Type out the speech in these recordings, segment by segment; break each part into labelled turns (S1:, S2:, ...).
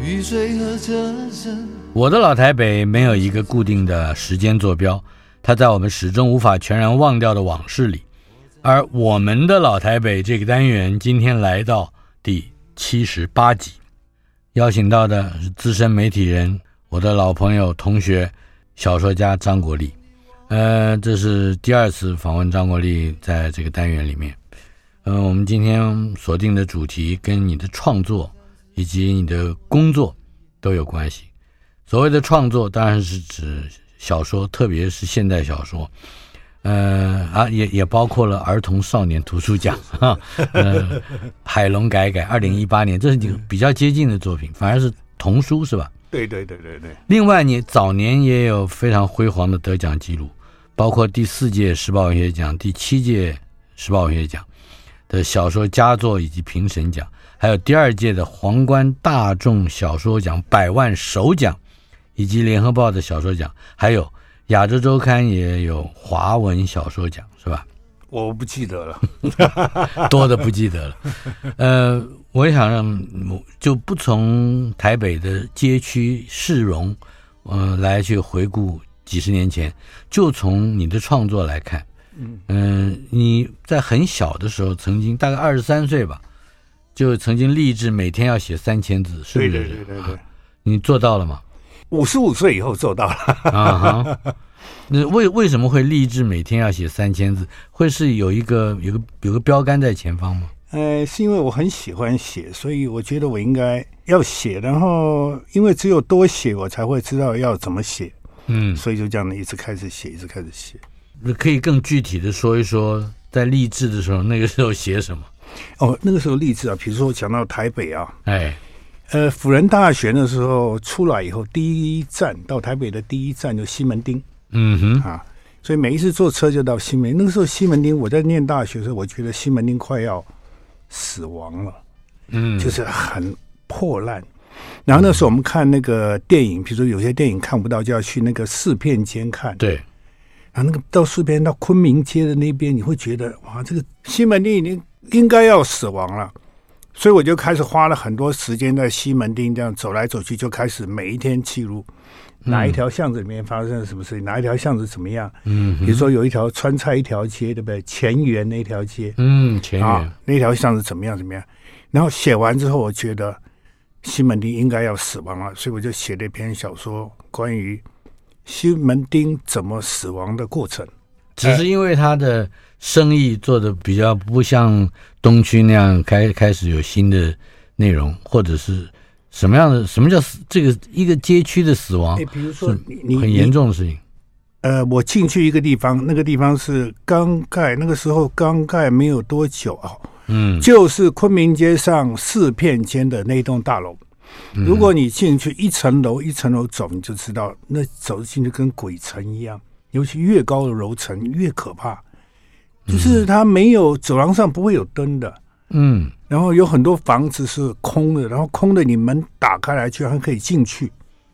S1: 雨水和车声，
S2: 我的老台北没有一个固定的时间坐标，它在我们始终无法全然忘掉的往事里。而我们的老台北这个单元今天来到第七十八集，邀请到的是资深媒体人，我的老朋友、同学、小说家张国立。呃，这是第二次访问张国立在这个单元里面。嗯、我们今天锁定的主题跟你的创作以及你的工作都有关系。所谓的创作，当然是指小说，特别是现代小说，呃啊，也也包括了儿童少年图书奖哈，呃，海龙改改，二零一八年，这是你比较接近的作品，反而是童书是吧？
S3: 嗯对对对对对，
S2: 另外，你早年也有非常辉煌的得奖记录，包括第四届时报文学奖、第七届时报文学奖的小说佳作以及评审奖，还有第二届的皇冠大众小说奖百万首奖，以及联合报的小说奖，还有亚洲周刊也有华文小说奖，是吧？
S3: 我不记得了。
S2: 多的不记得了。呃，我也想让嗯就不从台北的街区市容，呃，来去回顾几十年前，就从你的创作来看，嗯、你在很小的时候，曾经大概二十三岁吧，就曾经立志每天要写三千字，是不
S3: 对
S2: 是？
S3: 对对对对，
S2: 你做到了吗？
S3: 啊五十五岁以后做到了。
S2: 啊哈。那为为什么会立志每天要写三千字？会是有一个有个有个标杆在前方吗？
S3: 呃，是因为我很喜欢写，所以我觉得我应该要写。然后，因为只有多写，我才会知道要怎么写，
S2: 嗯，
S3: 所以就这样的一直开始写，一直开始写。
S2: 可以更具体的说一说，在励志的时候，那个时候写什么？
S3: 哦，那个时候励志啊，比如说我讲到台北啊，
S2: 哎，
S3: 呃，辅仁大学的时候出来以后，第一站到台北的第一站就西门町
S2: 嗯哼，
S3: 啊，所以每一次坐车就到西门町。那个时候西门町，我在念大学的时候，我觉得西门町快要死亡了。
S2: 嗯，
S3: 就是很破烂。然后那时候我们看那个电影，比如说有些电影看不到，就要去那个四片间看。
S2: 对，
S3: 然后那个到四片到昆明街的那边，你会觉得哇，这个西门町已经应该要死亡了。所以我就开始花了很多时间在西门町这样走来走去，就开始每一天记录哪一条巷子里面发生了什么事情，哪一条巷子怎么样。
S2: 嗯
S3: 比如说有一条川菜一条街，对不对？前园那条街，
S2: 嗯，前缘，
S3: 啊，那条巷子怎么样怎么样。然后写完之后，我觉得西门町应该要死亡了，所以我就写了一篇小说，关于西门町怎么死亡的过程。
S2: 只是因为他的生意做的比较不像东区那样开开始有新的内容，或者是什么样的？什么叫死？这个一个街区的死亡
S3: 哎，比如说
S2: 是
S3: 你你
S2: 很严。重的事情。
S3: 你呃，我进去一个地方，那个地方是刚盖，那个时候刚盖没有多久啊，
S2: 嗯
S3: 就是昆明街上四片间的那栋大楼。
S2: 嗯
S3: 如果你进去一层楼一层楼走，你就知道那走进去跟鬼城一样，尤其越高的楼层越可怕。就是它没有走廊上不会有灯的，
S2: 嗯，
S3: 然后有很多房子是空的，然后空的你门打开来居然可以进去。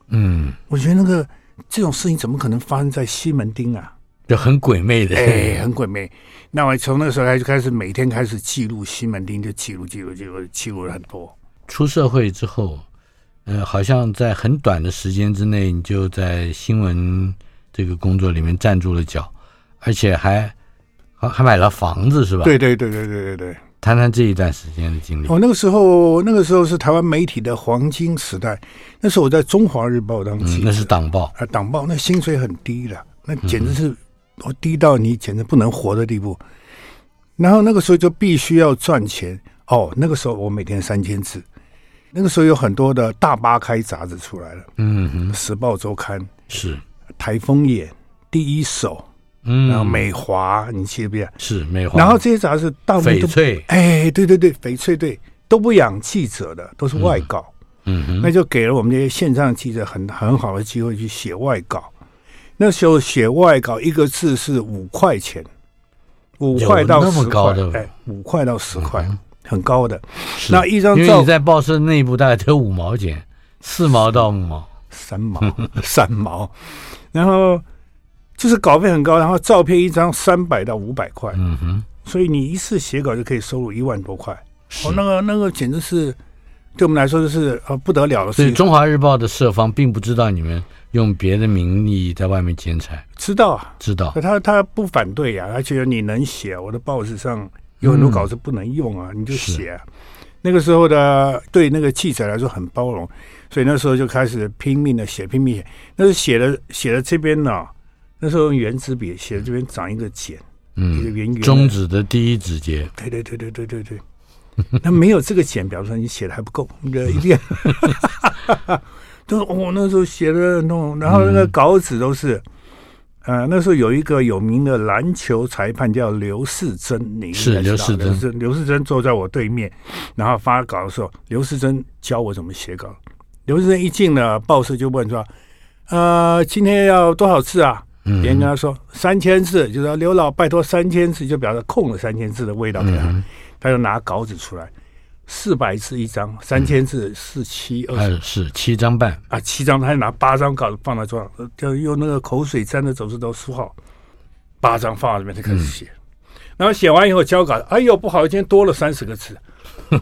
S2: 嗯
S3: 我觉得那个这种事情怎么可能发生在西门町啊？
S2: 就很鬼魅 的。
S3: 哎，很鬼魅。那我从那个时候开始，开始每天开始记录西门町，就记录记录记录记录了很多。
S2: 出社会之后，呃，好像在很短的时间之内，你就在新闻这个工作里面站住了脚，而且还还还买了房子，是吧？，
S3: 对对对对对对对。
S2: 谈谈这一段时间的经历。
S3: 哦，那个时候那个时候是台湾媒体的黄金时代，那时候我在中华日报当记
S2: 嗯
S3: 者，，
S2: 那是党报，
S3: 啊，党报那薪水很低了，那简直是我低到你简直不能活的地步。然后那个时候就必须要赚钱哦，那个时候我每天三千字，那个时候有很多的大巴开杂志出来了，
S2: 嗯哼，
S3: 《时报周刊》《
S2: 是，
S3: 台风眼》《第一手》，然后
S2: 嗯，
S3: 美华，你记得不记得？
S2: 是美华，
S3: 然后这些杂志大部分都
S2: 翡翠，
S3: 哎，对对对，翡翠对都不养记者的，都是外稿。
S2: 嗯哼，
S3: 那就给了我们这些线上记者很很好的机会去写外稿。那时候写外稿一个字是五块钱，五块到
S2: 有那么
S3: 十
S2: 高
S3: 块
S2: 的，嗯
S3: 哎，五块到十块，很高的。
S2: 是
S3: 那一张
S2: 因为
S3: 照
S2: 你在报社内部大概只有五毛钱，四毛到五毛，
S3: 三毛， 三毛，然后就是稿费很高，然后照片一张三百到五百块，
S2: 嗯哼，
S3: 所以你一次写稿就可以收入一万多块。哦，那个那个简直是对我们来说就是呃不得了的
S2: 所
S3: 事
S2: 以
S3: 情。
S2: 中华日报的社方并不知道你们用别的名义在外面剪彩，
S3: 知道啊，
S2: 知道
S3: 可他他不反对呀、他觉得你能写，我的报纸上有很多稿子不能用啊，你就写啊、那个时候的对那个记者来说很包容，所以那时候就开始拼命的写，拼命写。那是写了写了这边呢、那时候用圆珠笔写的这边长一个茧，一个
S2: 嗯，
S3: 圆圆的
S2: 中。指的第一指节，
S3: 对对对对对对对。那没有这个茧，表示你写的还不够，你的一定要。 就是我、那时候写的弄，然后那
S2: 嗯
S3: 个稿纸都是，呃，那时候有一个有名的篮球裁判叫刘世珍，你应该
S2: 是
S3: 知道
S2: 刘世珍
S3: 刘世刘世珍坐在我对面，然后发稿的时候，刘世珍教我怎么写稿。刘世珍一进了报社就问说：“呃，今天要多少字啊？”别人跟他说三千字，就说刘老拜托三千字，就表示空了三千字的味道给他。他就拿稿纸出来，四百字一张，三千字四七二十
S2: 二是七张半，
S3: 啊，七张，他还拿八张稿子放在桌上，呃就用那个口水沾的走字都书号，八张放在里面就开始写。然后写完以后交稿，哎呦不好，今天多了三十个字，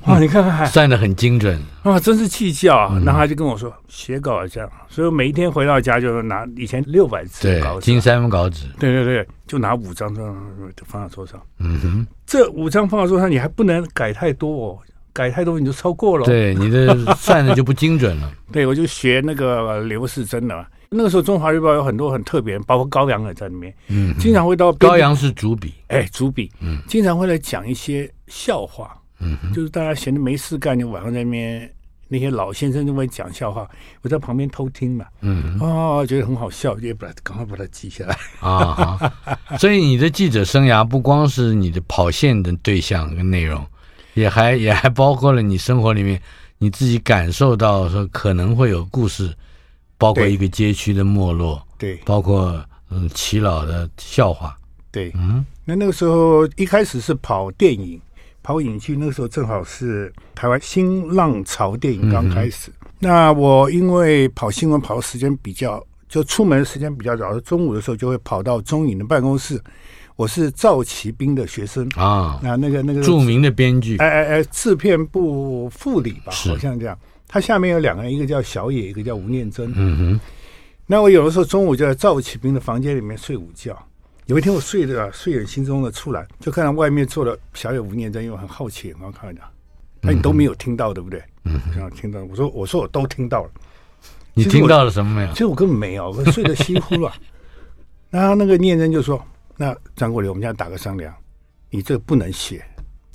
S3: 哇，你看看还
S2: 算的很精准，
S3: 啊，真是计较啊。
S2: 嗯
S3: 然后他就跟我说写稿也这样，所以我每一天回到家就拿以前六百字的
S2: 对
S3: 稿，子啊
S2: 金，山稿纸，
S3: 对对对，就拿五张这样就放在桌上。
S2: 嗯哼，
S3: 这五张放在桌上，你还不能改太多哦，改太多你就超过了哦。
S2: 对，你的算的就不精 准了，
S3: 对，我就学那个呃刘世珍的嘛。那个时候，《中华日报》有很多很特别，包括高阳也在里面，
S2: 嗯，
S3: 经常会到
S2: 高阳是主笔，
S3: 哎主笔，经常会来讲一些笑话，
S2: 嗯哼，
S3: 就是大家闲着没事干，就晚上在那边那些老先生就会讲笑话，我在旁边偷听嘛，
S2: 嗯
S3: 哦，觉得很好笑，就把它赶快把它记下来。
S2: 啊哈，所以你的记者生涯不光是你的跑线的对象跟内容，也还也还包括了你生活里面你自己感受到说可能会有故事，包括
S3: 对
S2: 一个街区的没落，
S3: 对
S2: 包括嗯齐老的笑话，
S3: 对，
S2: 嗯
S3: 那那个时候一开始是跑电影，跑影剧，那个时候正好是台湾新浪潮电影刚开始。
S2: 嗯
S3: 那我因为跑新闻跑的时间比较，就出门时间比较早，中午的时候就会跑到中影的办公室。我是赵奇斌的学生
S2: 啊，
S3: 那那个那个
S2: 著名的编剧
S3: 哎哎哎，制片部副理吧，
S2: 是
S3: 好像这样。他下面有两个人，一个叫小野，一个叫吴念真。
S2: 嗯哼，
S3: 那我有的时候中午就在赵启斌的房间里面睡午觉。有一天我睡着啊睡眼惺忪的出来，就看到外面坐了小野吴念真，因为我很好奇眼光看着他，那你都没有听到对不对？嗯，然后听到我说我说我都听到了，
S2: 你
S3: 其实我
S2: 听到了什么没有
S3: 其？实我根本没有，我睡得稀呼 了。然后那个念真就说：“那张国立，我们现在打个商量，你这个不能写，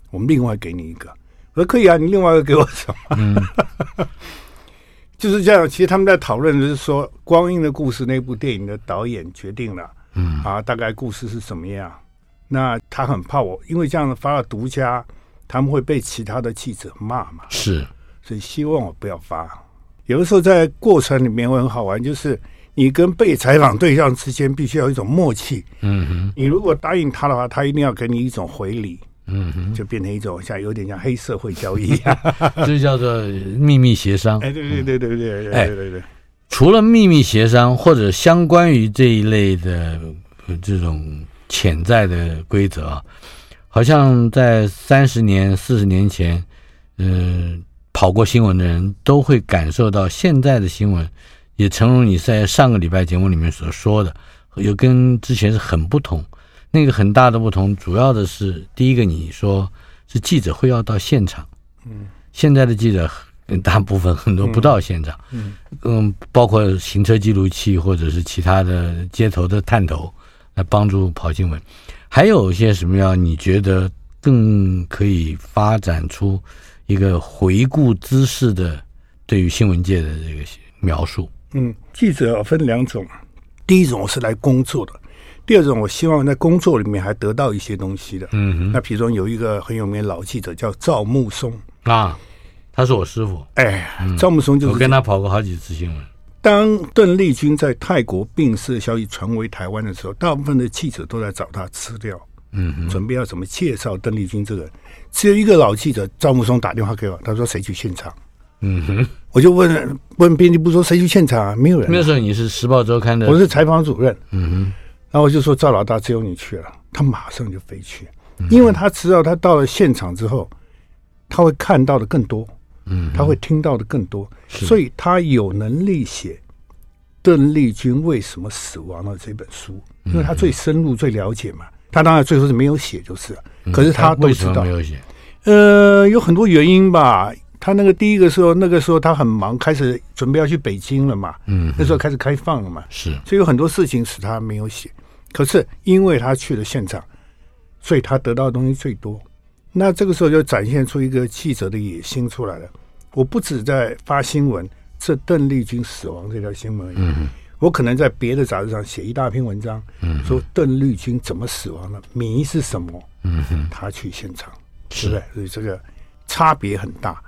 S3: 我们另外给你一个。”我说：“可以啊，你另外一个给我什么？”
S2: 嗯
S3: 就是这样。其实他们在讨论的是说，《光阴的故事》那部电影的导演决定了，嗯啊，大概故事是什么样。那他很怕我，因为这样发了独家，他们会被其他的记者骂嘛。
S2: 是，
S3: 所以希望我不要发。有的时候在过程里面会很好玩，就是你跟被采访对象之间必须要有一种默契。
S2: 嗯哼，
S3: 你如果答应他的话，他一定要给你一种回礼，
S2: 嗯哼。
S3: 就变成一种像有点像黑社会交易一 样。
S2: 这叫做秘密协商。
S3: 哎，对对对对
S2: 哎
S3: 对对对对对，
S2: 除了秘密协商或者相关于这一类的呃这种潜在的规则啊，好像在三十年、四十年前，嗯、跑过新闻的人都会感受到现在的新闻，也诚如你在上个礼拜节目里面所说的，有跟之前是很不同。那个很大的不同，主要的是第一个，你说是记者会要到现场，嗯，现在的记者很大部分很多不到现场，嗯包括行车记录器或者是其他的街头的探头来帮助跑新闻。还有一些什么样？你觉得更可以发展出一个回顾姿势的对于新闻界的这个描述？
S3: 嗯，记者分两种，第一种我是来工作的，第二种我希望在工作里面还得到一些东西的。嗯，那其中有一个很有名的老记者叫赵木松，
S2: 啊，他是我师傅，
S3: 哎，
S2: 嗯
S3: 赵木松就
S2: 我
S3: 是
S2: 跟他跑过好几次新闻。
S3: 当邓丽君在泰国病逝的消息传回台湾的时候，大部分的记者都在找他资料，嗯，准备要怎么介绍邓丽君这个人。只有一个老记者赵木松打电话给我，他说谁去现场？
S2: 嗯哼，
S3: 我就问问编辑部说谁去现场啊？没有人啊、
S2: 那时候你是《时报周刊》的，
S3: 我是采访主任，嗯然后我就说赵老大，只有你去了，他马上就飞去，因为他知道他到了现场之后，他会看到的更多，嗯，他会听到的更多，所以他有能力写邓丽君为什么死亡了这本书，因为他最深入、最了解嘛。他当然最后是没有写就是了，可是他都
S2: 为
S3: 知
S2: 什么
S3: 道
S2: 没，有写？
S3: 呃，有很多原因吧。他那个第一个时候，那个时候他很忙，开始准备要去北京了嘛，嗯，那时候开始开放了嘛，
S2: 是
S3: 所以有很多事情使他没有写。可是因为他去了现场，所以他得到的东西最多。那这个时候就展现出一个记者的野心出来了。我不止在发新闻，这邓丽君死亡这条新闻而已，我可能在别的杂志上写一大篇文章，说邓丽君怎么死亡的，谜是什么？他去现场，对不对？所以这个差别很大。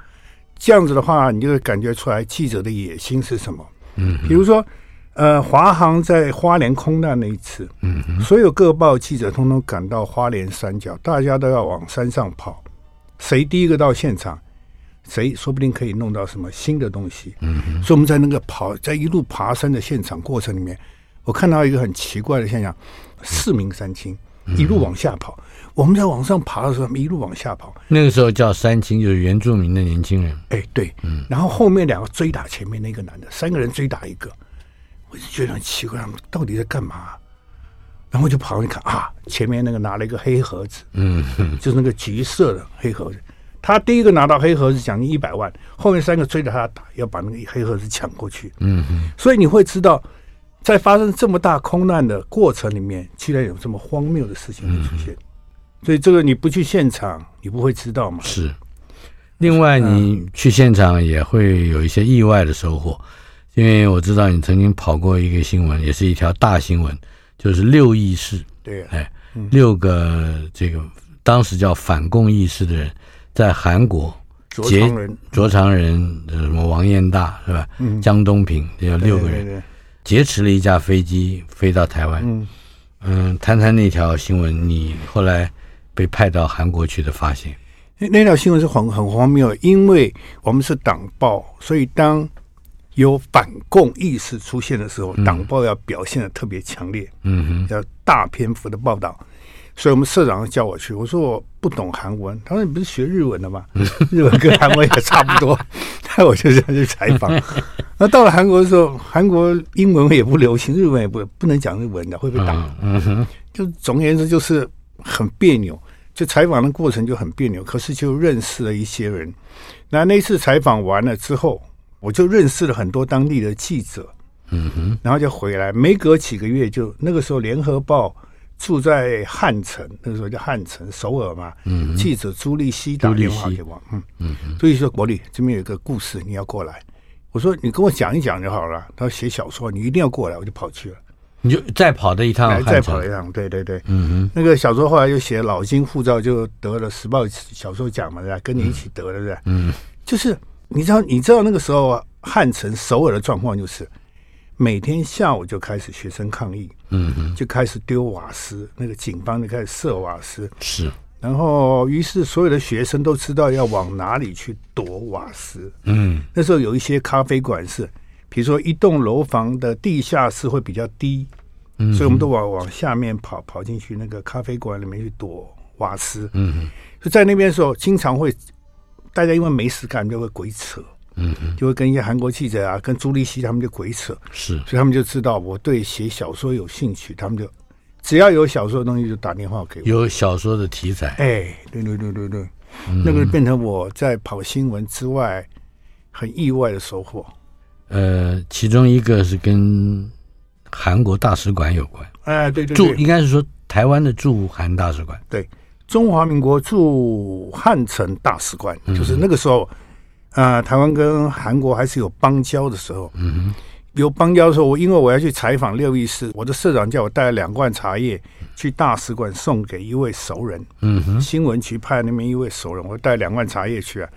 S3: 这样子的话，你就会感觉出来记者的野心是什么。嗯，比如说，呃，华航在花莲空难那一次，嗯，所有各报记者通通赶到花莲山脚，大家都要往山上跑，谁第一个到现场，谁说不定可以弄到什么新的东西。嗯，所以我们在那个跑，在一路爬山的现场过程里面，我看到一个很奇怪的现象：四名三清一路往下跑，我们在往上爬的时候，他们一路往下跑，
S2: 那个时候叫三清，就是原住民的年轻人。
S3: 哎，对，
S2: 嗯
S3: 然后后面两个追打前面那个男的，三个人追打一个，我就觉得很奇怪，他们到底在干嘛、然后我就跑上去看啊，前面那个拿了一个黑盒子，嗯， 就是那个橘色的黑盒子。他第一个拿到黑盒子，奖金一百万，后面三个追着他打，要把那个黑盒子抢过去。嗯，所以你会知道，在发生这么大空难的过程里面，居然有这么荒谬的事情会出现。
S2: 嗯
S3: 所以这个你不去现场，你不会知道嘛。
S2: 是，另
S3: 嗯
S2: 外你去现场也会有一些意外的收获，因为我知道你曾经跑过一个新闻，也是一条大新闻，就是六义士，
S3: 对啊，
S2: 哎，六个这个当时叫反共义士的人，在韩国
S3: 卓
S2: 劫
S3: 长人，
S2: 卓长仁、呃什么王彦大是吧？江东平，这有六个
S3: 嗯对
S2: 人
S3: 对对
S2: 劫持了一架飞机飞到台湾。嗯谈谈那条新闻，你后来被派到韩国去的发现。
S3: 那那条新闻是很很荒谬，因为我们是党报，所以当有反共意识出现的时候，党报要表现的特别强烈，嗯哼，要大篇幅的报道。所以我们社长叫我去，我说我不懂韩文，他说你不是学日文的吗？日文跟韩文也差不 多，那我就这样去采访。那到了韩国的时候，韩国英文也不流行，日文也不不能讲日文的，会被打。就总而言之，就是很别扭。就采访的过程就很别扭，可是就认识了一些人。那那次采访完了之后，我就认识了很多当地的记者，嗯哼，然后就回来。没隔几个月就，那个时候《联合报》住在汉城，那个时候叫汉城首尔嘛，嗯，记者朱立熙打电话给我，嗯嗯，朱立熙说：“国立这边有一个故事，你要过来。”我说：“你跟我讲一讲就好了。”他说：“写小说，你一定要过来。”我就跑去了。
S2: 你就再跑的一趟
S3: 来哎再
S2: 汉
S3: 跑
S2: 城
S3: 一，趟，对对对，嗯那个小说后来又写《老金护照》，就得了时报小说奖嘛，对吧？跟你一起得了，对吧？嗯，就是你知道，你知道那个时候啊，汉城、首尔的状况就是，每天下午就开始学生抗议，嗯，就开始丢瓦斯，那个警方就开始射瓦斯，
S2: 是
S3: 然后于是所有的学生都知道要往哪里去躲瓦斯，
S2: 嗯
S3: 那时候有一些咖啡馆是，比如说一栋楼房的地下室会比较低，
S2: 嗯
S3: 所以我们都往往下面跑，跑进去那个咖啡馆里面去躲瓦斯。
S2: 嗯
S3: 就在那边的时候，经常会大家因为没事干就会鬼扯，
S2: 嗯嗯，
S3: 就会跟一些韩国记者啊，跟朱立熙他们就鬼扯，
S2: 是
S3: 所以他们就知道我对写小说有兴趣，他们就只要有小说的东西就打电话给我。
S2: 有小说的题材，
S3: 哎，对对对对对，
S2: 嗯
S3: 那个变成我在跑新闻之外很意外的收获。
S2: 呃，其中一个是跟韩国大使馆有关，
S3: 哎，对对
S2: 驻
S3: 对，
S2: 应该是说台湾的驻韩大使馆，
S3: 对，中华民国驻汉城大使馆，
S2: 嗯
S3: 就是那个时候，呃，台湾跟韩国还是有邦交的时候。
S2: 嗯
S3: 有邦交的时候，我因为我要去采访六一四，我的社长叫我带了两罐茶叶去大使馆送给一位熟人，
S2: 哼嗯哼，
S3: 新闻局派那边一位熟人，我带两罐茶叶去啊，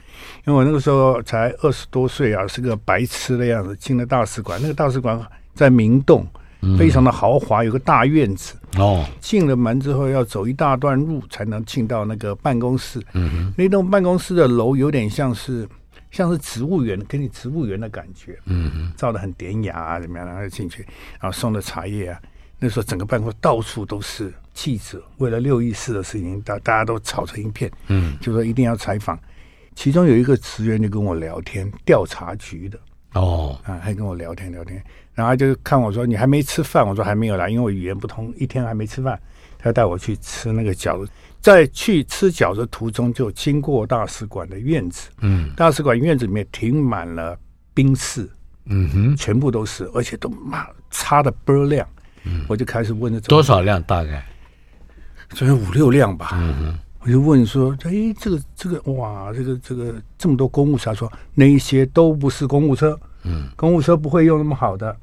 S3: 因为我那个时候才二十多岁啊，是个白痴的样子，进了大使馆，那个大使馆在明洞，
S2: 嗯
S3: 非常的豪华，有个大院子，
S2: 哦，
S3: 进了门之后要走一大段路才能进到那个办公室。嗯，那栋办公室的楼有点像是像是植物园，给你植物园的感觉。嗯，造的很典雅啊，怎么样？然后进去，然后送的茶叶啊。那时候整个办公室到处都是记者，为了六一四的事情，大大家都吵成一片。嗯，就说一定要采访。其中有一个职员就跟我聊天，调查局的。
S2: 哦，
S3: 啊，还跟我聊天聊天，然后他就看我说你还没吃饭，我说还没有啦，因为我语言不通，一天还没吃饭，他就带我去吃那个饺子，在去吃饺子途中就经过大使馆的院子，
S2: 嗯
S3: 大使馆院子里面停满了兵士，
S2: 嗯哼，
S3: 全部都是，而且都妈擦的倍儿亮，
S2: 嗯
S3: 我就开始问这
S2: 多少辆大概？
S3: 所以五六辆吧。我就问说，哎，这个这个哇，这个这个这么多公务车，他说那一些都不是公务车，嗯，公务车不会用那么好的。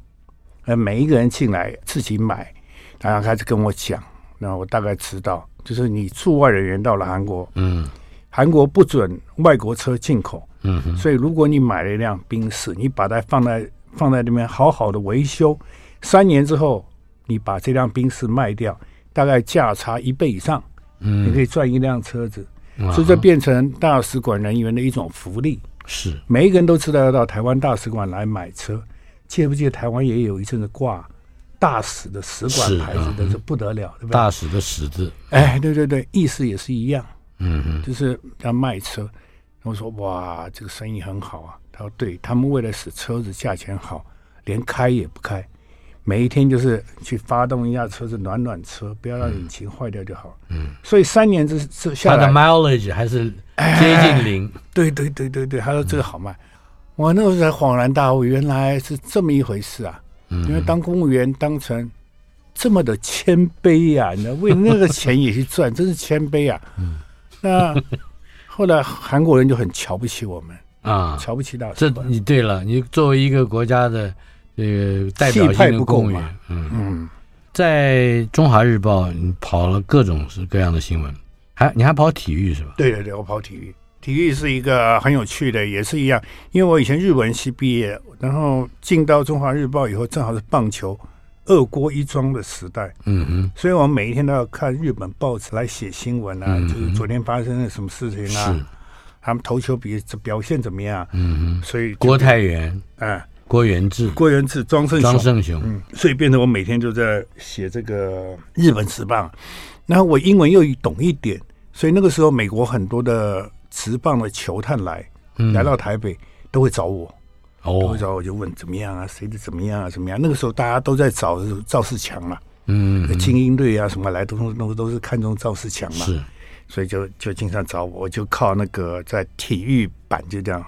S3: 呃，每一个人进来自己买，然后开始跟我讲，那我大概知道，就是你驻外人员到了韩国，
S2: 嗯
S3: 韩国不准外国车进口，
S2: 嗯哼，
S3: 所以如果你买了一辆宾士，你把它放在放在那边好好的维修，三年之后你把这辆宾士卖掉，大概价差一倍以上，你
S2: 嗯，
S3: 可以赚一辆车子，
S2: 哇
S3: 所以这变成大使馆人员的一种福利。
S2: 是
S3: 每一个人都知道要到台湾大使馆来买车，记不记得台湾也有一阵子挂大使的使
S2: 是
S3: 馆牌子的，
S2: 嗯
S3: 这不得了，对不对？
S2: 大使的使字，
S3: 哎，对对对，意思也是一样。
S2: 嗯哼，
S3: 就是要卖车。我说哇，这个生意很好啊。他说对，他们为了使车子价钱好，连开也不开，每一天就是去发动一下车子，暖暖车，不要让引擎坏掉就好。嗯，所以三年之之
S2: 它
S3: 下
S2: 的
S3: 来，
S2: mileage 还是接
S3: 哎
S2: 近零，
S3: 对对对对对，他说这个好卖。我那时候才恍然大悟，原来是这么一回事啊！
S2: 嗯
S3: 因为当公务员当成这么的谦卑呀、你知道为那个钱也去赚，真是谦卑啊！
S2: 嗯
S3: 那后来韩国人就很瞧不起我们，
S2: 啊，
S3: 瞧不起大
S2: 这
S3: 使馆。
S2: 你对了，你作为一个国家的这个代表
S3: 气派
S2: 性的
S3: 不够
S2: 公务
S3: 嘛
S2: 员，嗯，
S3: 嗯，
S2: 在《中华日报》你跑了各种是各样的新闻，还你还跑体育是吧？
S3: 对对对，我跑体育，体育是一个很有趣的，也是一样。因为我以前日文系毕业，然后进到中华日报以后，正好是棒球二锅一庄的时代。
S2: 嗯哼，
S3: 所以我们每一天都要看日本报纸来写新闻啊，
S2: 嗯
S3: 就是昨天发生了什么事情
S2: 是
S3: 啊，，他们投球比表现怎么样啊？
S2: 嗯哼，
S3: 所以就
S2: 郭泰源、
S3: 嗯，
S2: 郭元志、
S3: 郭元志、庄胜
S2: 庄
S3: 雄，
S2: 胜雄，
S3: 嗯，所以变成我每天就在写这个日本职棒，然后我英文又懂一点，所以那个时候美国很多的职棒的球探来
S2: 嗯
S3: 来到台北都会找我，都
S2: 哦
S3: 会，找我就问怎么样啊，谁的怎么样啊，怎么样？那个时候大家都在找赵世强嘛，
S2: 嗯，嗯
S3: 精英队啊什么来，都都都都是看中赵世强嘛，
S2: 是，
S3: 所以就就经常找我，我就靠那个在体育版就这样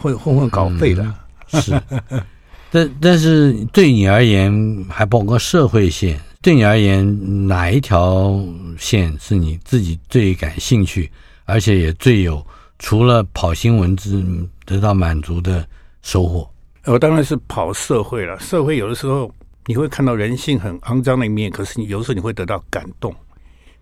S3: 混混混稿费了。
S2: 是， 但但是对你而言，还包括社会线，对你而言，哪一条线是你自己最感兴趣，而且也最有除了跑新闻之嗯得到满足的收获？
S3: 我呃当然是跑社会了，社会有的时候你会看到人性很肮脏的一面，可是你有时候你会得到感动。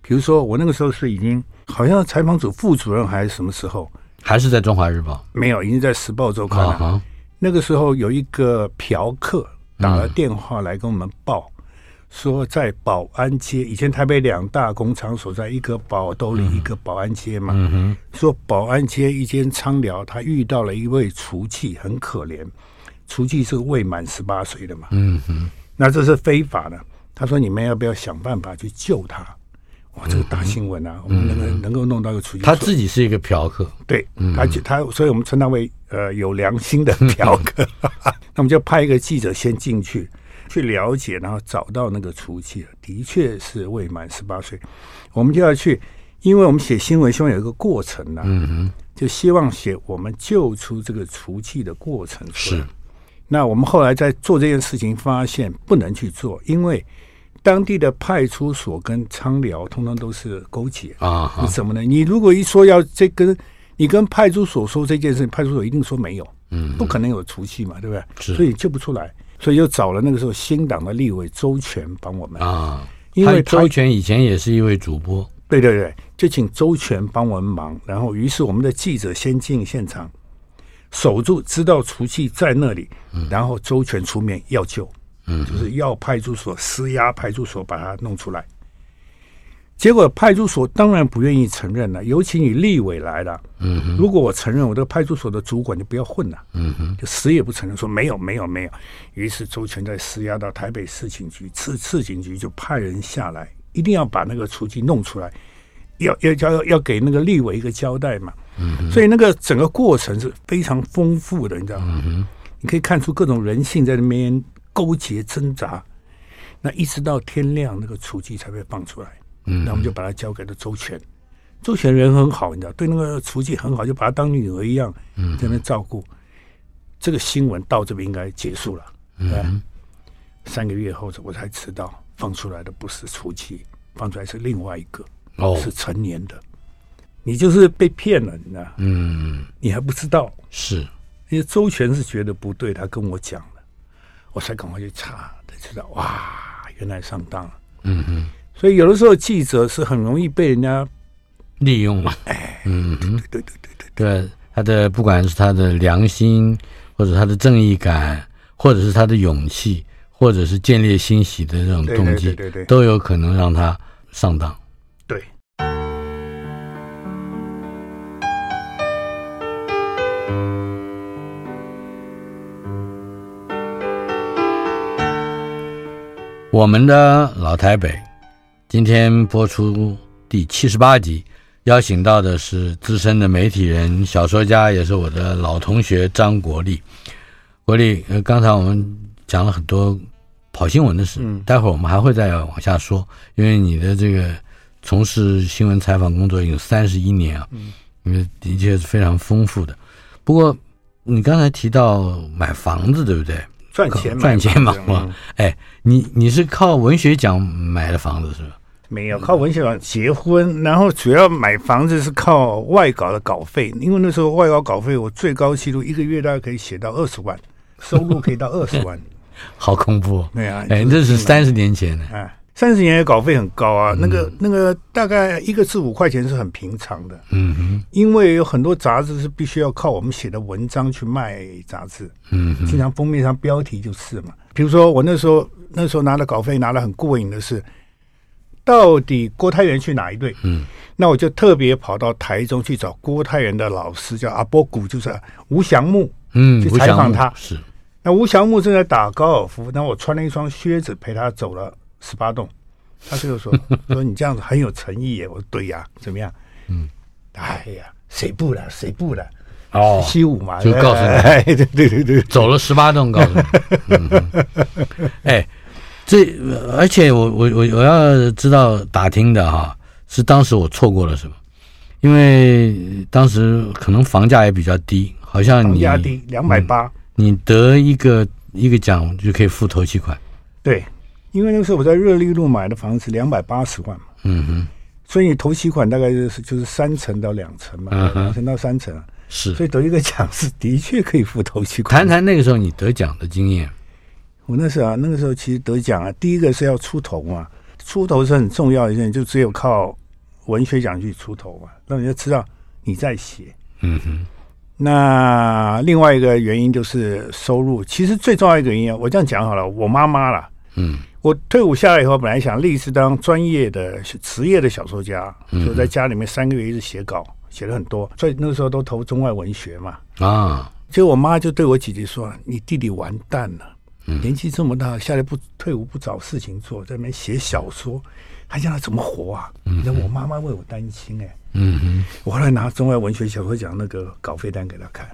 S3: 比如说我那个时候是已经好像采访组副主任还是什么时候，
S2: 还是在《中华日报
S3: 没有，已经在《时报周》刊
S2: 啊
S3: 了。
S2: 哈，
S3: 那个时候有一个嫖客打了电话来跟我们报，
S2: 嗯
S3: 说在保安街，以前台北两大工厂所在，一个宝兜里，一个保安街嘛。
S2: 嗯
S3: 说保安街一间仓寮，他遇到了一位厨妓，很可怜。厨妓是未满十八岁的嘛，
S2: 嗯哼，
S3: 那这是非法的。他说你们要不要想办法去救他？哇，这个大新闻啊！我们能够能够弄到一个处境，
S2: 嗯他自己是一个嫖客，
S3: 对，他就他，所以我们称他为呃有良心的嫖 客。那我们就派一个记者先进去去了解，然后找到那个雏妓，的确是未满十八岁。我们就要去，因为我们写新闻希望有一个过程呢、嗯哼，就希望写我们救出这个雏妓的过程出来。
S2: 是
S3: 那我们后来在做这件事情，发现不能去做，因为当地的派出所跟娼寮通通都是勾结
S2: 啊哈
S3: 你怎么呢？你如果一说要这跟你跟派出所说这件事，派出所一定说没有，嗯，不可能有除夕嘛，对不对？
S2: 是
S3: 所以救不出来，所以又找了那个时候新党的立委周全帮我们，
S2: 啊。
S3: 因为
S2: 他周
S3: 他
S2: 全以前也是一位主播，
S3: 对对对，就请周全帮我们忙。然后，于是我们的记者先进现场，守住，知道除夕在那里，
S2: 嗯
S3: 然后周全出面要救，嗯，就是要派出所施压派出所把他弄出来。结果派出所当然不愿意承认了，尤其你立委来了，嗯，如果我承认，我这个派出所的主管就不要混了，嗯哼，就死也不承认，说没有没有没有。于是周全在施压到台北市警局，市市警局就派人下来，一定要把那个雏妓弄出来，要要要要给那个立委一个交代嘛，嗯，所以那个整个过程是非常丰富的，你知道吗？嗯、你可以看出各种人性在那边勾结挣扎，那一直到天亮，那个雏妓才被放出来。嗯，那我们就把它交给了周全。周全人很好，你知道，对那个雏妓很好，就把她当女儿一样，嗯，在那照顾。这个新闻到这边应该结束了，嗯，三个月后我才知道放出来的不是雏妓，放出来是另外一个，
S2: 哦
S3: 是成年的。你就是被骗了，你知道，嗯，你还不知道，
S2: 是
S3: 因为周全是觉得不对，他跟我讲了，我才赶快去查，才知道哇，原来上当了。嗯哼，所以有的时候记者是很容易被人家
S2: 利用了。
S3: 哎对对对对
S2: 对他的不管是他的良心，或者他的正义感，或者是他的勇气，或者是建立欣喜的这种
S3: 对对
S2: 动机，
S3: 对对对
S2: 都有可能让他上当。
S3: 对，
S2: 我们的老台北，今天播出第七十八集，邀请到的是资深的媒体人、小说家，也是我的老同学张国立。国立，呃，刚才我们讲了很多跑新闻的事，待会儿我们还会再往下说，因为你的这个从事新闻采访工作有三十一年啊，因为的确是非常丰富的。不过你刚才提到买房子，对不对？
S3: 赚钱嘛
S2: 赚钱嘛
S3: 这样嗯
S2: 哎，你你是靠文学奖买的房子是吧？
S3: 没有靠文学奖结婚，然后主要买房子是靠外稿的稿费，因为那时候外稿稿费我最高记录一个月大概可以写到二十万，收入可以到二十 万，
S2: 好恐怖、哦！
S3: 对啊
S2: 哎，
S3: 就是
S2: 这是三十年前呢。
S3: 哎，三十年的稿费很高
S2: 嗯
S3: 啊，那个那个大概一个字五块钱是很平常的，
S2: 嗯哼，
S3: 因为有很多杂志是必须要靠我们写的文章去卖杂志，
S2: 嗯，
S3: 经常封面上标题就是嘛。比如说我那时候那时候拿的稿费拿的很过瘾的是，到底郭泰元去哪一队？嗯，那我就特别跑到台中去找郭泰元的老师，叫阿波谷，就是吴祥木。
S2: 嗯，
S3: 去
S2: 吴
S3: 采
S2: 祥
S3: 访
S2: 木
S3: 他
S2: 是
S3: 那吴祥木正在打高尔夫，那我穿了一双靴子陪他走了十八洞。他最 后说：“说你这样子很有诚意耶。”我说：“对呀、怎么样？”嗯，哎呀，谁不了，谁不了。
S2: 哦，
S3: 西武嘛，
S2: 就告诉你
S3: 哎，对对对对，
S2: 走了十八栋，告诉你。嗯 哼哎，这呃而且我我我我要知道打听的哈，是当时我错过了什么？因为当时可能房价也比较低，好像
S3: 房
S2: 你
S3: 价低两百
S2: 嗯
S3: 八，
S2: 你得一个一个奖就可以付头期款。
S3: 对，因为那个时候我在热力路买的房子两百八十万嘛，
S2: 嗯哼，
S3: 所以你头期款大概就是就是三成到两成嘛，
S2: 嗯哼
S3: 两成到三成啊，
S2: 是
S3: 所。以得一个奖是的确可以付头期款。
S2: 谈谈那个时候你得奖的经验。
S3: 我那时候啊，那个时候其实得奖啊，第一个是要出头嘛，出头是很重要的一件，就只有靠文学奖去出头嘛，让人家知道你在写。
S2: 嗯哼，
S3: 那另外一个原因就是收入，其实最重要一个原因啊，我这样讲好了，我妈妈啦，
S2: 嗯，
S3: 我退伍下来以后，本来想立志当专业的职业的小说家，就在家里面三个月一直写稿，写了很多，所以那个时候都投中外文学嘛。
S2: 啊，
S3: 结果我妈就对我姐姐说：“你弟弟完蛋了，
S2: 嗯
S3: 年纪这么大，下来不退伍不找事情做，在那边写小说，还叫他怎么活啊？你知道我妈妈为我担心哎、
S2: 嗯哼，
S3: 我后来拿中外文学小说奖那个稿费单给他看，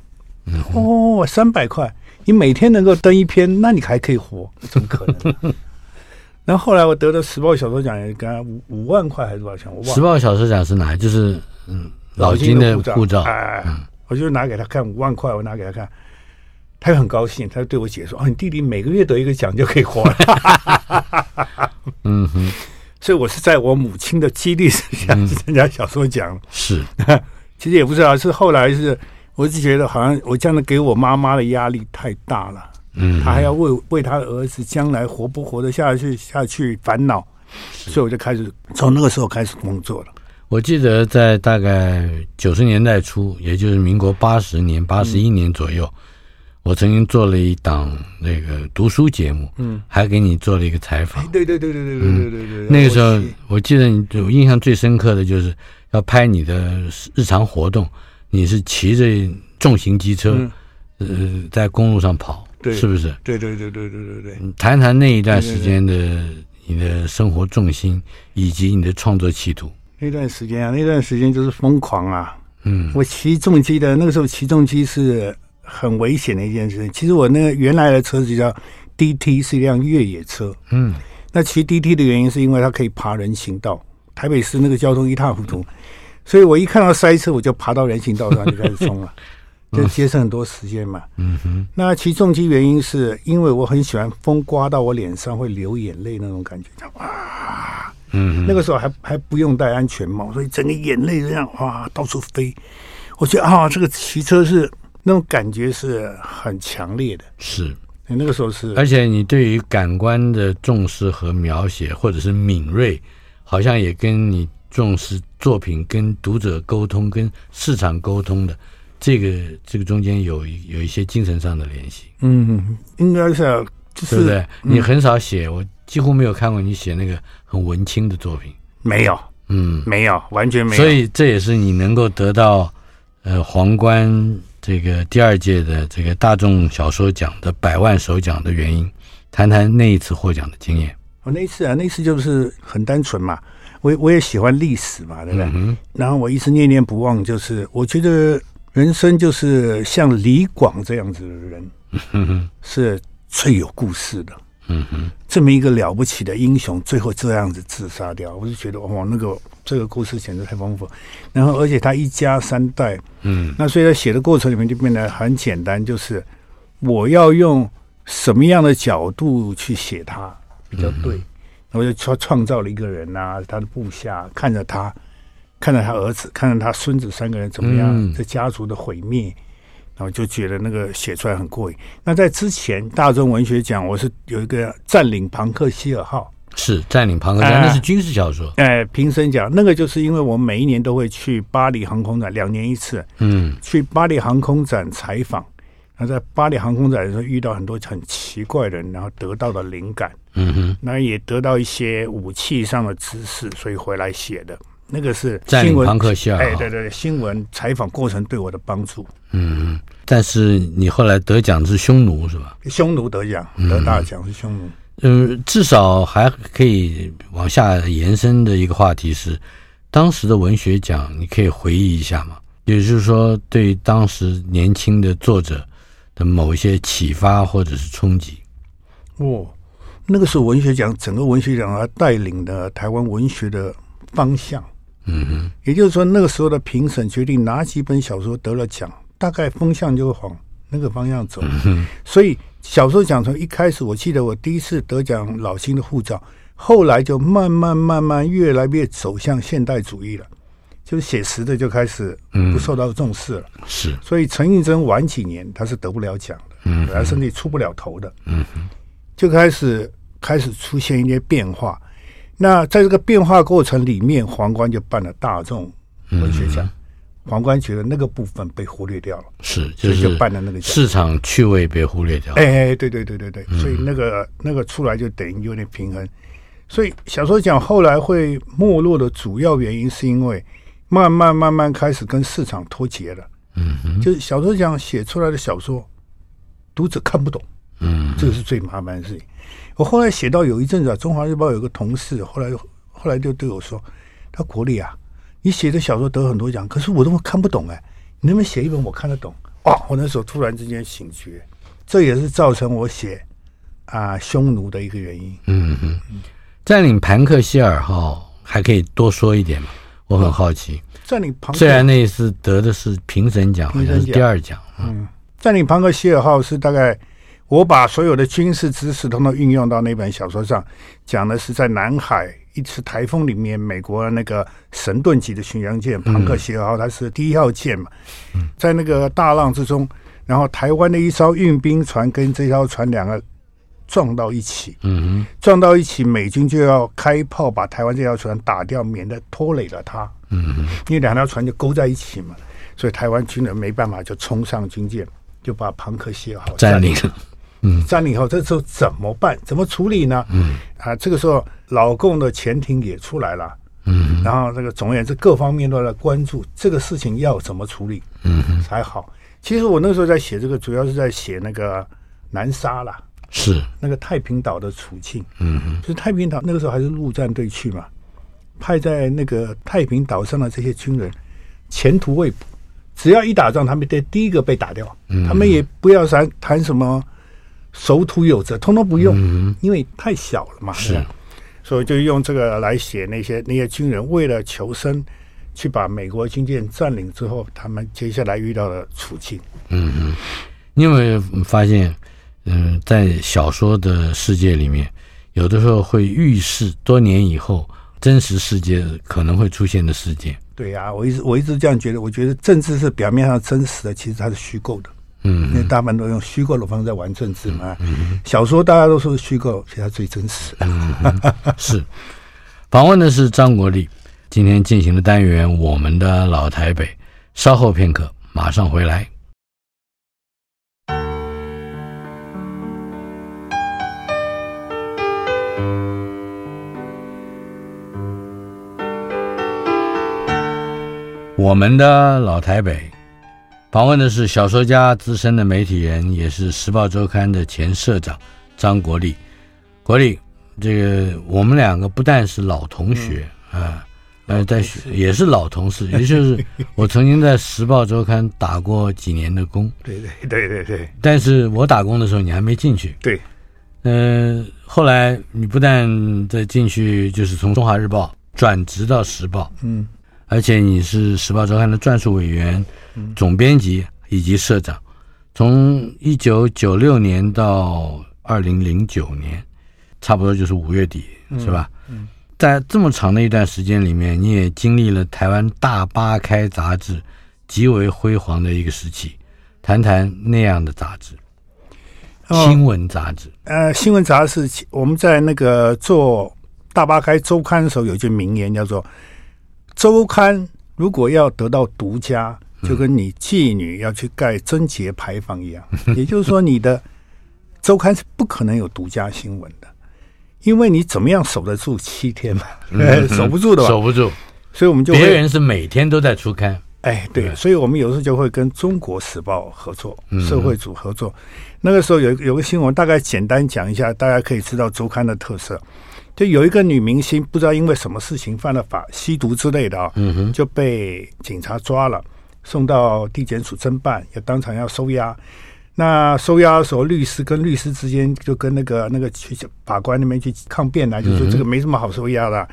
S2: 嗯
S3: 哦，三百块，你每天能够登一篇，那你还可以活，怎么可能 啊、然后后来我得了时报小说奖，也跟他五五万块还是多少钱，我忘
S2: 时
S3: 了。
S2: 报小说奖是哪？就是嗯，老金的护照。
S3: 哎，我就拿给他看五万块，我拿给他看，他就很高兴，他就对我姐说：“哦，你弟弟每个月得一个奖就可以活了。”
S2: 嗯哼，
S3: 所以我是在我母亲的激励之下去参加小说奖。
S2: 是，
S3: 其实也不是啊，是后来是，我是觉得好像我这样的给我妈妈的压力太大了，
S2: 嗯，
S3: 她还要为为她的儿子将来活不活得下去下去烦恼，所以我就开始从那个时候开始工作了。
S2: 我记得在大概九十年代初，也就是民国八十年、八十一年左右，我曾经做了一档那个读书节目，嗯，还给你做了一个采访。
S3: 对对对对对对对对对
S2: 那个时候，我记得你我印象最深刻的就是要拍你的日常活动，你是骑着重型机车，呃，在公路上跑，
S3: 对
S2: 是不是？
S3: 对对对对对对对，
S2: 谈谈那一段时间的你的生活重心以及你的创作企图。
S3: 那段时间啊，那段时间就是疯狂啊！
S2: 嗯
S3: 我骑重机的那个时候，骑重机是很危险的一件事情。其实我那个原来的车子叫 DT，是一辆越野车。
S2: 嗯，
S3: 那骑 DT 的原因是因为它可以爬人行道，台北市那个交通一塌糊涂，所以我一看到塞车，我就爬到人行道上就开始冲 了，就节省很多时间嘛。嗯哼。那骑重机原因是因为我很喜欢风刮到我脸上会流眼泪那种感觉，这样哇。
S2: 嗯，
S3: 那个时候还还不用戴安全帽，所以整个眼泪这样哇到处飞。我觉得啊，这个骑车是那种感觉是很强烈的。
S2: 是，
S3: 那个时候是
S2: 而且你对于感官的重视和描写，或者是敏锐，好像也跟你重视作品跟读者沟通、跟市场沟通的这个这个中间有一有一些精神上的联系，
S3: 嗯，应该是啊就
S2: 对不
S3: 是
S2: 对？你很少写，我几乎没有看过你写那个很文青的作品，
S3: 没有
S2: 嗯，
S3: 没有完全没有。
S2: 所以这也是你能够得到呃皇冠这个第二届的这个大众小说奖的百万首奖的原因。谈谈那一次获奖的经验。
S3: 我那一次啊，那一次就是很单纯嘛，我我也喜欢历史嘛，对不对？
S2: 嗯
S3: 然后我一直念念不忘，就是我觉得人生就是像李广这样子的人， 是最有故事的。
S2: 嗯哼，
S3: 这么一个了不起的英雄，最后这样子自杀掉，我就觉得哇，那个这个故事简直太丰富。然后，而且他一家三代，
S2: 嗯，
S3: 那所以在写的过程里面就变得很简单，就是我要用什么样的角度去写他比较对。然后就创创造了一个人呐、他的部下看着他，看着他儿子，看着他孙子三个人怎么样，
S2: 嗯
S3: 这家族的毁灭，然后就觉得那个写出来很过瘾。那在之前大众文学奖，我是有一个占领庞克希尔号，
S2: 是占领庞克山，
S3: 哎
S2: 那是军事小说。
S3: 哎、评审奖，那个就是因为我每一年都会去巴黎航空展，两年一次，
S2: 嗯
S3: 去巴黎航空展采访。然后在巴黎航空展的时候，遇到很多很奇怪的人，然后得到的灵感，
S2: 嗯哼，
S3: 那也得到一些武器上的知识，所以回来写的。那个是
S2: 占
S3: 新
S2: 领
S3: 闻
S2: 庞克啊希尔
S3: 哎，
S2: 号
S3: 对对对，新闻采访过程对我的帮助。
S2: 嗯哼。但是你后来得奖是匈奴是吧？
S3: 匈奴得奖，得大奖是匈奴。
S2: 嗯，至少还可以往下延伸的一个话题是，当时的文学奖，你可以回忆一下吗？也就是说，对当时年轻的作者的某一些启发或者是冲击。
S3: 哦，那个时候文学奖，整个文学奖它带领的台湾文学的方向。
S2: 嗯哼，
S3: 也就是说，那个时候的评审决定哪几本小说得了奖，大概风向就会往那个方向走。
S2: 嗯
S3: 所以小说奖从一开始，我记得我第一次得奖老金的护照，后来就慢慢慢慢越来越走向现代主义了，就是写实的就开始
S2: 嗯
S3: 不受到重视了。
S2: 是，
S3: 所以陈映真晚几年他是得不了奖的，嗯，他甚至出不了头的，嗯，就开始开始出现一些变化。那在这个变化过程里面，皇冠就办了大众文学奖，皇冠觉得那个部分被忽略掉了，
S2: 是，
S3: 嗯所
S2: 就
S3: 以
S2: 是
S3: 就办了那个奖。
S2: 市场趣味被忽略掉。
S3: 哎，对对对对对，所以
S2: 嗯
S3: 那个那个出来就等于有点平衡。所以小说奖后来会没落的主要原因，是因为慢慢慢慢开始跟市场脱节了。
S2: 嗯哼，
S3: 就是小说奖写出来的小说，读者看不懂，
S2: 嗯，
S3: 这个是最麻烦的事情。我后来写到有一阵子啊，《中华日报》有个同事，后来后来就对我说：“他国立啊，你写的小说得很多奖，可是我都看不懂哎，你能不能写一本我看得懂？”哇！我那时候突然之间醒觉，这也是造成我写啊匈奴的一个原因。
S2: 嗯占领盘克西尔号还可以多说一点吗？我很好奇。
S3: 占领庞克
S2: 虽然那一次得的是评审奖，好
S3: 评审奖
S2: 像是第二奖，嗯，
S3: 占领庞克希尔号是大概我把所有的军事知识通通运用到那本小说上，讲的是在南海一次台风里面，美国那个神盾级的巡洋舰
S2: 嗯
S3: 庞克希尔号，它是第一号舰嘛，在那个大浪之中，然后台湾的一艘运兵船跟这艘船两个撞到一起，
S2: 嗯
S3: 撞到一起，美军就要开炮把台湾这条船打掉，免得拖累了它。嗯，因为两条船就勾在一起嘛，所以台湾军人没办法就冲上军舰，就把庞克西尔号
S2: 占领。
S3: 占领以后，这时候怎么办？怎么处理呢？嗯，啊，这个时候老共的潜艇也出来了。嗯，然后这个总而言之，各方面都在关注这个事情要怎么处理，嗯，才好。其实我那时候在写这个，主要是在写那个南沙啦，
S2: 是
S3: 那个太平岛的处境。嗯，就是太平岛那个时候还是陆战队去嘛，派在那个太平岛上的这些军人前途未卜，只要一打仗，他们得第一个被打掉。他们也不要谈谈什么守土有责，通通不用，因为太小了嘛。
S2: 是，
S3: 所以就用这个来写那些那些军人为了求生。去把美国军舰占领之后，他们接下来遇到的处境，
S2: 你有没有发现，嗯、在小说的世界里面，有的时候会预示多年以后真实世界可能会出现的事件。
S3: 对呀、我一直我一直这样觉得，我觉得政治是表面上真实的，其实它是虚构的。
S2: 嗯，
S3: 因为大部分都用虚构的方式在玩政治嘛。小说大家都说是虚构，其实它最真实。
S2: 是，访问的是张国立。今天进行的单元《我们的老台北》，稍后片刻马上回来。我们的老台北，访问的是小说家、资深的媒体人，也是《时报周刊》的前社长张国立。国立，这个我们两个不但是老同学啊，呃，在学也是老同事，也就是我曾经在《时报周刊》打过几年的工，
S3: 对对对对对
S2: 但是我打工的时候你还没进去，
S3: 对，
S2: 嗯、后来你不但在进去，就是从《中华日报》转职到《时报》，
S3: 嗯，
S2: 而且你是《时报周刊》的撰述委员、
S3: 嗯
S2: 总编辑以及社长，从一九九六年到二零零九年，差不多就是五月底，
S3: 嗯
S2: 是吧？在这么长的一段时间里面，你也经历了台湾大八开杂志极为辉煌的一个时期，谈谈那样的杂志，
S3: 哦
S2: 新闻杂志，
S3: 呃，新闻杂志我们在那个做《大巴开周刊》的时候，有一句名言叫做：“周刊如果要得到独家，
S2: 嗯
S3: 就跟你妓女要去盖贞节牌 坊一样。也就是说，你的周刊是不可能有独家新闻的，因为你怎么样守得住七天嘛？ 嗯守不住的
S2: 守
S3: 吧？
S2: 不住，
S3: 所以我们就
S2: 嗯
S3: 会
S2: 别人是每天都在出刊，
S3: 哎，对
S2: 对，
S3: 所以我们有时候就会跟《中国时报》合作，社会组合作。那个时候有一个有个新闻，大概简单讲一下，大家可以知道周刊的特色。就有一个女明星，不知道因为什么事情犯了法，吸毒之类的啊，就被警察抓了，送到地检署侦办，也当场要收押。那收押的时候，律师跟律师之间就跟那个那个去法官那边去抗辩啊来，就说这个没什么好收押的啊、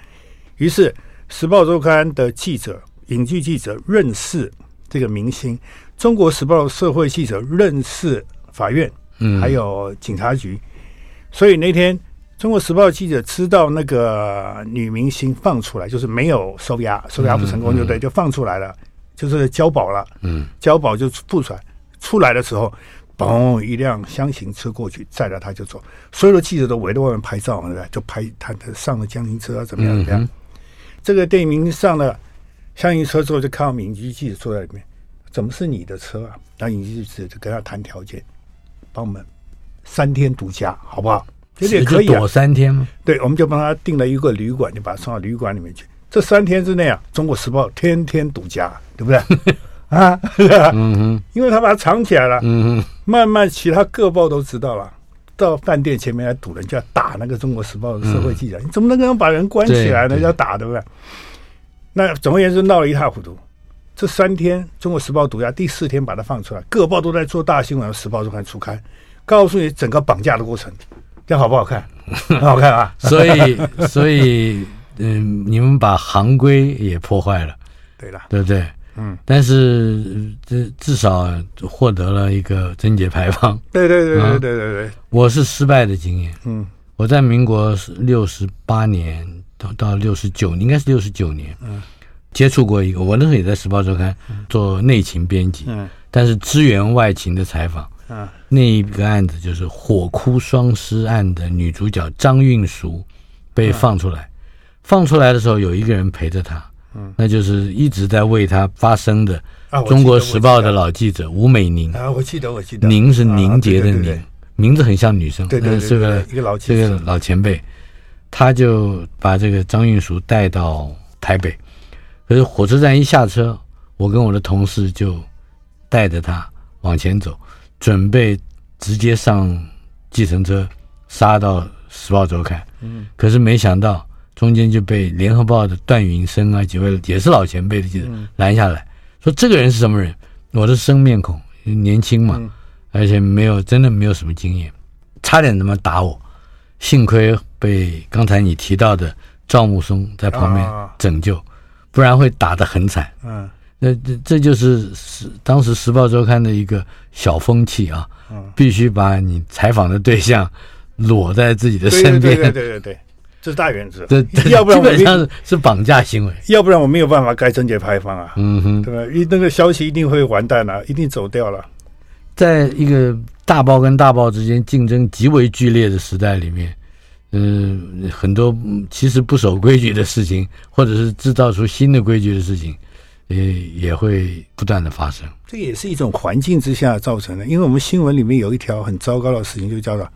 S3: 于是，《时报周刊》的记者、影剧记者认识这个明星，《中国时报》社会记者认识法院，嗯，还有警察局。所以那天，《中国时报》记者知道那个女明星放出来，就是没有收押，收押不成功，就对，就放出来了，就是交保了。嗯，交保就付出来，出来的时候。嘣！一辆箱型车过去，载了他就走。所有的记者都围着外面拍照，对不对就拍他他上了江型车啊，怎么样怎么样。这个电影上了相应车之后，就看到敏基记者坐在里面，怎么是你的车啊？那敏基记者就跟他谈条件，帮我们三天独家，好不好？觉得也可以、
S2: 就
S3: 啊
S2: 躲，三天 吗？
S3: 对，我们就帮他订了一个旅馆，就把他送到旅馆里面去。这三天之内啊，《中国时报》天天独家，对 不对？啊，是吧因为他把它藏起来了，
S2: 嗯嗯哼，
S3: 慢慢其他各报都知道了，到饭店前面来堵人，就要打那个《中国时报》的社会记者，你怎么能够把人关起来呢？
S2: 嗯对
S3: 要打，对不对？那总而言之，闹得一塌糊涂。这三天，《中国时报》独家，第四天把它放出来，各报都在做大新闻，《时报》周刊初刊，告诉你整个绑架的过程，这样好不 好看？很好看啊！
S2: 所以，所以，嗯，你们把行规也破坏了，
S3: 对了，
S2: 对不对？
S3: 嗯，
S2: 但是呃至至少获得了一个贞洁牌坊，
S3: 对对对
S2: 嗯
S3: 对对对对，
S2: 我是失败的经验。
S3: 嗯，
S2: 我在民国六十八年到到六十九，应该是六十九年，嗯，接触过一个，我那时候也在《时报周刊》做内勤编辑，
S3: 嗯，
S2: 但是支援外勤的采访，
S3: 嗯，
S2: 那一个案子就是火窟双尸案的女主角张运淑被放出来，
S3: 嗯
S2: 放出来的时候有一个人陪着她，嗯，那就是一直在为她发声的
S3: 啊我
S2: 《
S3: 记得
S2: 中国时报》
S3: 我记
S2: 的
S3: 得
S2: 老记者吴美宁，
S3: 啊，我记得我记得，
S2: 凝是
S3: 啊
S2: 凝结的
S3: 对对对
S2: 凝，名字很像女生，
S3: 对对对
S2: 呃
S3: 对
S2: 是个
S3: 对一个老
S2: 这
S3: 记者
S2: 个老前辈，他就把这个张运淑带到台北，可是火车站一下车，我跟我的同事就带着他往前走，准备直接上计程车杀到《时报周刊》，嗯，可是没想到中间就被《联合报》的段云生啊几位也是老前辈的记者拦下来，说这个人是什么人？我的生面孔，年轻嘛，而且没有真的没有什么经验，差点他妈打我，幸亏被刚才你提到的赵木松在旁边
S3: 啊
S2: 拯救，不然会打得很惨。
S3: 嗯
S2: 那这这就是时当时《时报周刊》的一个小风气啊，
S3: 嗯
S2: 必须把你采访的对象裸在自己的
S3: 对
S2: 身
S3: 对对
S2: 边，
S3: 对对对对，这是大原则，
S2: 这这
S3: 要不然
S2: 基
S3: 我
S2: 本
S3: 们
S2: 上是绑架行为。
S3: 要不然我没有办法该贞节牌坊啊，
S2: 嗯哼，
S3: 对吧？一那个消息一定会完蛋了、一定走掉了。
S2: 在一个大报跟大报之间竞争极为剧烈的时代里面，嗯、很多嗯其实不守规矩的事情，或者是制造出新的规矩的事情，呃，也会不断的发生。
S3: 这也是一种环境之下造成的，因为我们新闻里面有一条很糟糕的事情，就叫做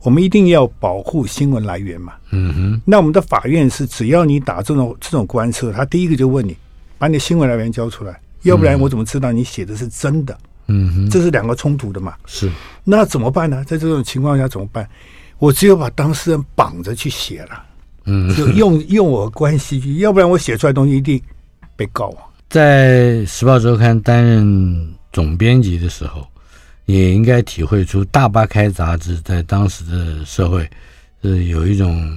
S3: 我们一定要保护新闻来源嘛。
S2: 嗯哼，
S3: 那我们的法院是，只要你打这种这种官司，他第一个就问你，把你的新闻来源交出来，要不然我怎么知道你写的是真的？
S2: 嗯哼，
S3: 这是两个冲突的嘛。
S2: 是，
S3: 那怎么办呢？在这种情况下怎么办？我只有把当事人绑着去写了，
S2: 嗯，
S3: 就用用我关系去，要不然我写出来的东西一定被告啊。
S2: 在《时报周刊》担任总编辑的时候，也应该体会出《大巴开》杂志在当时的社会是有一种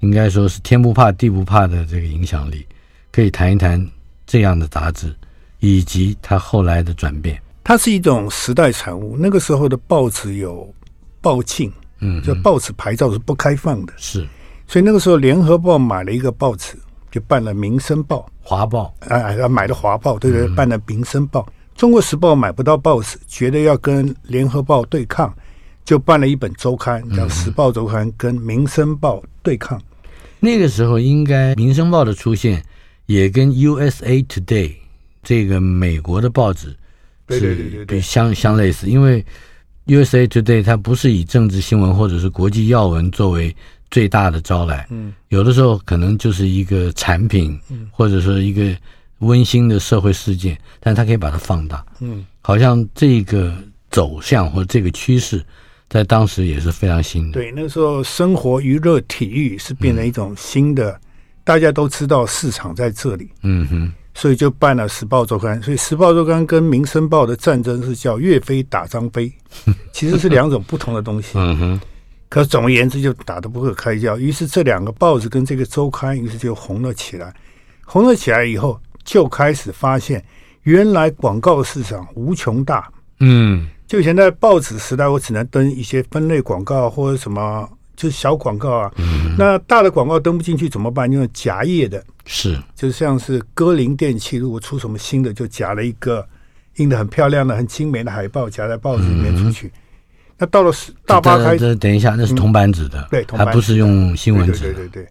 S2: 应该说是天不怕地不怕的这个影响力。可以谈一谈这样的杂志，以及它后来的转变。
S3: 它是一种时代产物。那个时候的报纸有报禁，
S2: 嗯，
S3: 就报纸牌照是不开放的，
S2: 是《
S3: 所以那个时候联合报买了一个报纸，就办了《民生报
S2: 华报》》
S3: 啊啊，买了《华报》，对不对？
S2: 嗯
S3: 办了《民生报》。中国时报买不到报纸，觉得要跟联合报对抗，就办了一本周刊，叫《时报周刊》，跟《民生报》对抗。
S2: 那个时候，应该《民生报》的出现也跟《USA Today》这个美国的报纸
S3: 对对对对
S2: 比
S3: 对，
S2: 相相类似，因为 USA Today 它不是以政治新闻或者是国际要闻作为最大的招来，嗯，有的时候可能就是一个产品，嗯，或者说一个温馨的社会事件，但它可以把它放大，
S3: 嗯，
S2: 好像这个走向或这个趋势，在当时也是非常新的，
S3: 对，那时候生活、娱乐、体育是变
S2: 嗯
S3: 成一种新的，大家都知道市场在这里。
S2: 嗯哼，
S3: 所以就办了《时报周刊》。所以《时报周刊》跟《民生报》的战争是叫岳飞打张 飞，其实是两种不同的东西。
S2: 嗯哼，
S3: 可总而言之，就打得不可开交。于是这两个报纸跟这个周刊，于是就红了起来。红了起来以后，就开始发现，原来广告市场无穷大。
S2: 嗯，
S3: 就以前在报纸时代，我只能登一些分类广告啊或者什么，就是小广告啊。
S2: 嗯
S3: 那大的广告登不进去怎么办？用夹页的。
S2: 是，
S3: 就像是歌林电器，如果出什么新的，就夹了一个印的很漂亮的、很精美的海报，夹在报纸里面出去。那到了时大巴
S2: 嗯
S3: 开，嗯
S2: 这等一下，那是铜版纸的，
S3: 对铜
S2: 它
S3: 版
S2: 不是用新
S3: 对
S2: 闻
S3: 对
S2: 纸
S3: 对
S2: 的，
S3: 对对，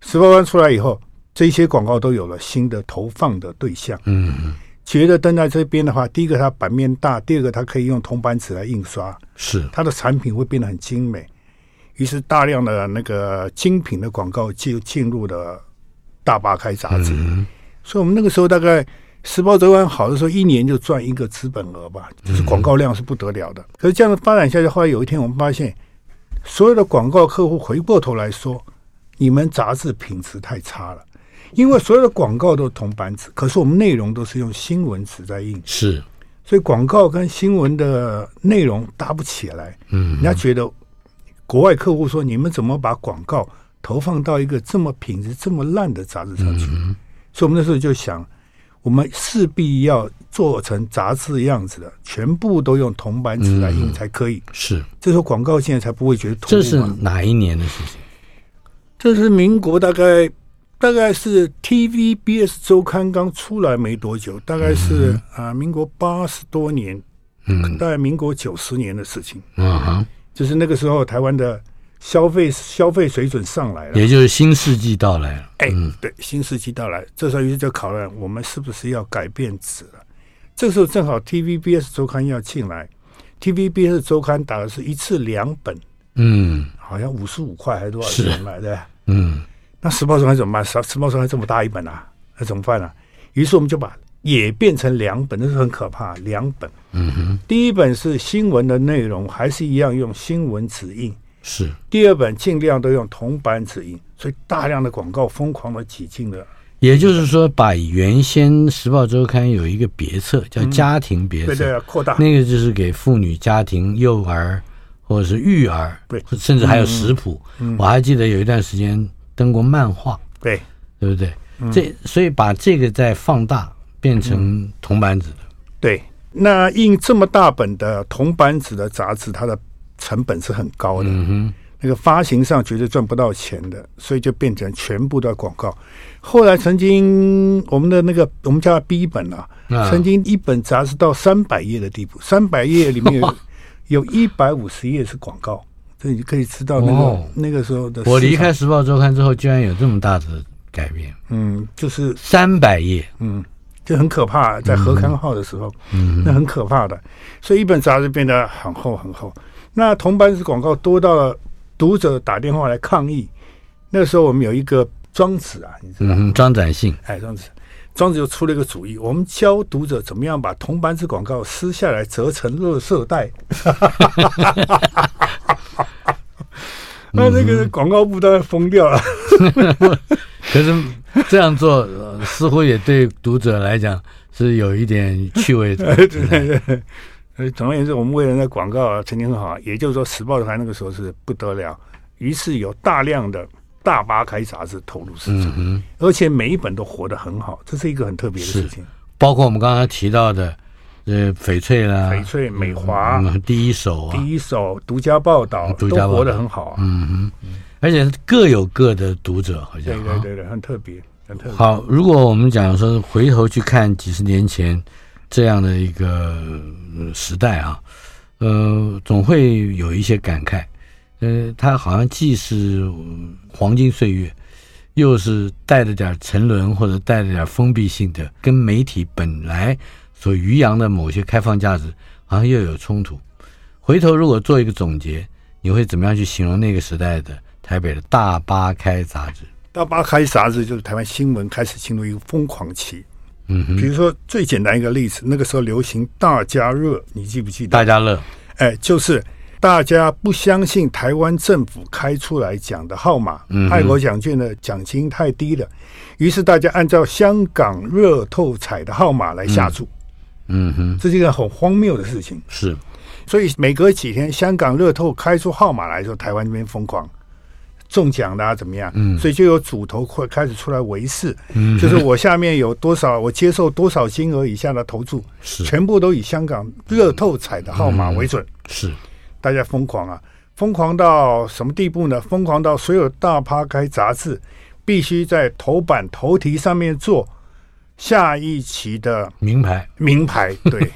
S3: 十八弯出来以后，这些广告都有了新的投放的对象。
S2: 嗯哼，
S3: 觉得登在这边的话，第一个它版面大，第二个它可以用铜版纸来印刷，
S2: 是，
S3: 它的产品会变得很精美。于是大量的那个精品的广告就进入了大巴开杂志。
S2: 嗯
S3: 所以我们那个时候大概时报周刊好的时候，一年
S2: 嗯
S3: 就赚一个资本额吧，就是广告量是不得了的。可是这样发展下去，后来有一天我们发现，所有的广告客户回过头来说，你们杂志品质太差了，因为所有的广告都是铜板纸，可是我们内容都是用新闻纸在印，
S2: 是
S3: 所以广告跟新闻的内容搭不起来。嗯，人家觉得国外客户说你们怎么把广告投放到一个这么品质这么烂的杂志上去？
S2: 嗯
S3: 所以我们那时候就想，我们势必要做成杂志样子的，全部都用铜板纸来印才可以。
S2: 是，
S3: 这时候广告现在才不会觉得突兀
S2: 嗯这是
S3: 嘛
S2: 哪一年的事情？
S3: 这是民国大概大概是 TVBS 周刊刚出来没多久，大概是啊、民国八十多年，
S2: 嗯
S3: 大概民国九十年的事情，
S2: 啊哈，
S3: 就是那个时候台湾的消费消费水准上来了。
S2: 也嗯就是新世纪到来了。
S3: 哎，对，新世纪到来，这时候于是就考量我们是不是要改变纸了。这时候正好 TVBS 周刊要进来，TVBS 周刊打的是一次两本，
S2: 嗯
S3: 好像五十五块还是多少
S2: 是
S3: 钱买的？
S2: 嗯，
S3: 那时报周刊怎么办？时时报周刊这么大一本啊，那怎么办啊？于是我们就把也变成两本，那是很可怕，两本。嗯哼，第一本是新闻的内容，还是一样用新闻指印；
S2: 是。
S3: 第二本尽量都用铜板指印，所以大量的广告疯狂的挤进了。
S2: 也就是说，把原先《时报周刊》有一个别册叫家庭别
S3: 嗯对
S2: 册，
S3: 对，扩大。
S2: 那个就是给妇女、家庭、幼儿或者是育儿，
S3: 对嗯
S2: 甚至还有食谱。我还记得有一段时间登过漫画，
S3: 对，
S2: 对不对？
S3: 嗯
S2: 这所以把这个再放大，变成铜板纸的。
S3: 对，那印这么大本的铜板纸的杂志，它的成本是很高的，嗯、那个发行上绝对赚不到钱的，所以就变成全部的广告。后来曾经我们的那个我们叫它 B 本啊，
S2: 啊
S3: 曾经一本杂志到三百页的地步，三百页里面 有有一百五十页是广告，所以你可以知道那个、
S2: 哦
S3: 那个时候呃的
S2: 我
S3: 市
S2: 离
S3: 场
S2: 开《时报周刊》之后，居然有这么大的改变，
S3: 嗯，就是
S2: 三百页。
S3: 就很可怕，在合刊号的时候，那很可怕的。所以一本杂志变得很厚很厚。那铜板纸广告多到了读者打电话来抗议。那时候我们有一个庄子啊，你知道，
S2: 嗯哼，张展信，
S3: 哎，庄子，庄子就出了一个主意，我们教读者怎么样把铜板纸广告撕下来折成垃圾袋。 那那个广告部当然疯掉了。
S2: 可是这样做、呃似乎也对读者来讲是有一点趣味的。
S3: 对对对。 呃，总而言之，我们为了那广告啊，成绩很好，也就是说，《时报》台那个时候是不得了，于是有大量的大巴开杂志投入市
S2: 嗯
S3: 场，而且每一本都活得很好，这是一个很特别的事情。
S2: 包括我们刚刚提到的，呃，翡翠啦，
S3: 翡翠、美华、
S2: 嗯，第一手啊
S3: 第，一手、独家报道
S2: 独
S3: 都
S2: 家报道嗯
S3: 活得很好啊，
S2: 而且各有各的读者，好像
S3: 对
S2: 啊
S3: 对对对，很特别，很特别。
S2: 好，如果我们讲说回头去看几十年前这样的一个呃时代啊，呃，总会有一些感慨。呃，它好像既是嗯黄金岁月，又是带着点沉沦或者带着点封闭性的，跟媒体本来所余扬的某些开放价值，好像又有冲突。回头如果做一个总结，你会怎么样去形容那个时代的台北的大巴开杂志？
S3: 大巴开杂志就是台湾新闻开始进入一个疯狂期。
S2: 嗯
S3: 比如说最简单一个例子，那个时候流行大家热，你记不记得？
S2: 大家乐，
S3: 哎，就是大家不相信台湾政府开出来讲的号码，
S2: 嗯
S3: 爱国奖券的奖金太低了，于是大家按照香港热透彩的号码来下注，
S2: 嗯哼。
S3: 这是一个很荒谬的事情。
S2: 是，
S3: 所以每隔几天，香港乐透开出号码来的时候，台湾这边疯狂。中奖的啊，怎么样？嗯，所以就有主头会开始出来围事，嗯，就是我下面有多少，我接受多少金额以下的投注，
S2: 是
S3: 全部都以香港乐透彩的号码为准。
S2: 是，
S3: 大家疯狂啊！疯狂到什么地步呢？疯狂到所有大趴开杂志必须在头版头题上面做下一期的
S2: 名牌
S3: 名牌。对，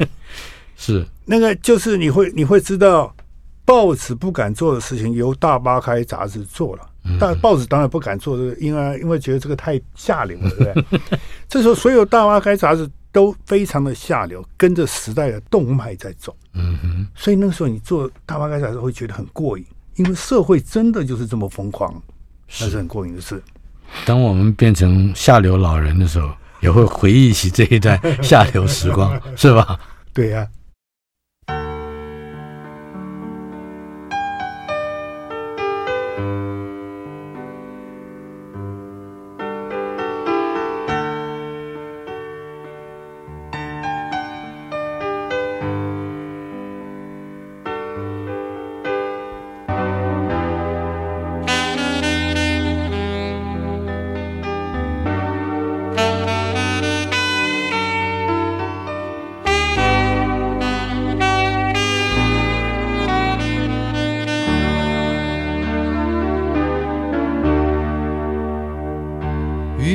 S2: 是
S3: 那个就是你会你会知道，报纸不敢做的事情，由大巴开杂志做了。但报纸当然不敢做这个，因为因为觉得这个太下流了，对不对？ 这时候所有大巴开杂志都非常的下流，跟着时代的动脉在走。嗯哼，所以那个时候你做大巴开杂志会觉得很过瘾，因为社会真的就是这么疯狂，那是很过瘾的事。
S2: 当我们变成下流老人的时候，也会回忆起这一段下流时光，是吧？
S3: 对呀、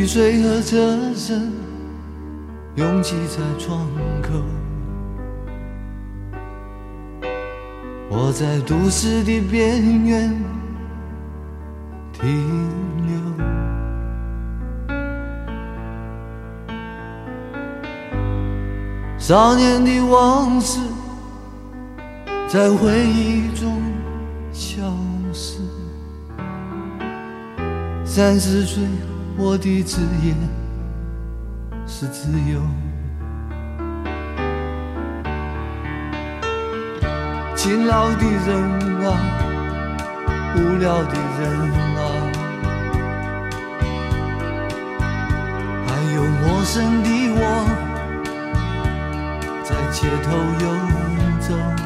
S1: 水和车声拥挤在窗口。我在都市的边缘停留。少年的往事在回忆中消失。三十岁，我的职业是自由。勤劳的人啊，无聊的人啊，还有陌生的我。在街头游走。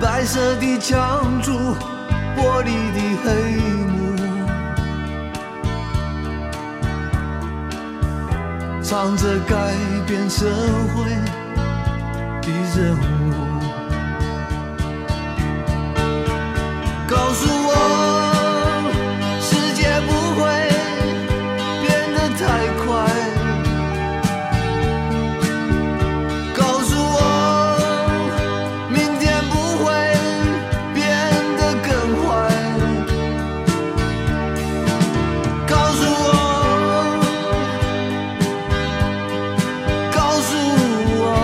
S1: 白色的墙柱，玻璃的黑幕，唱着改变社会的任务。告诉我，世界不会变得太快。告诉我，明天不会变得更坏。告诉我，告诉我，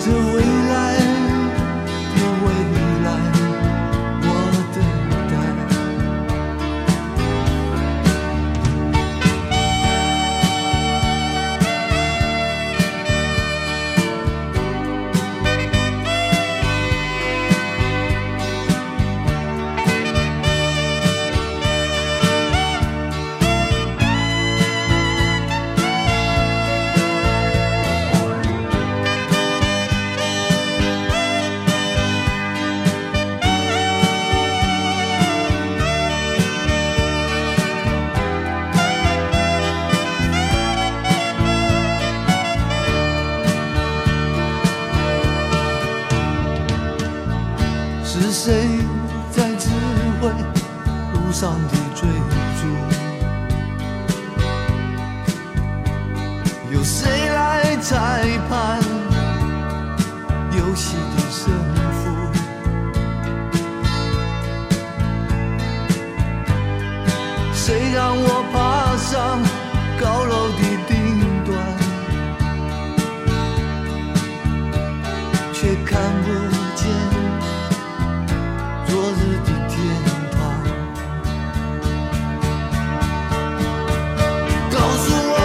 S1: 这未来的未来，我等待。是谁在指挥路上的追逐？由谁来裁判游戏的胜负？谁让我爬上高楼的顶端？却看不见昨日的天堂。告诉我，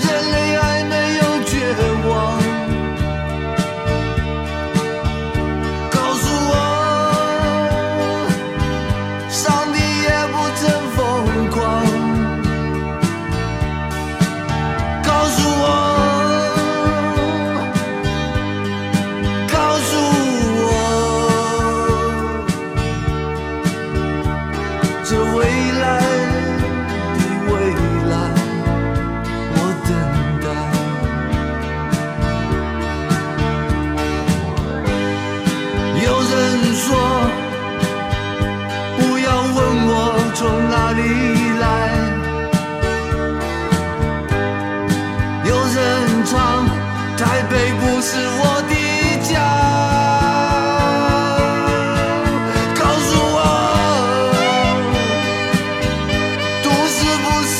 S1: 人类还没有绝望。告诉我，上帝也不曾疯狂。告诉我，告诉我，这未来的未来，我等待。有人说，不要问我从哪里来。有人唱，台北不是我的家。告诉我，都市不是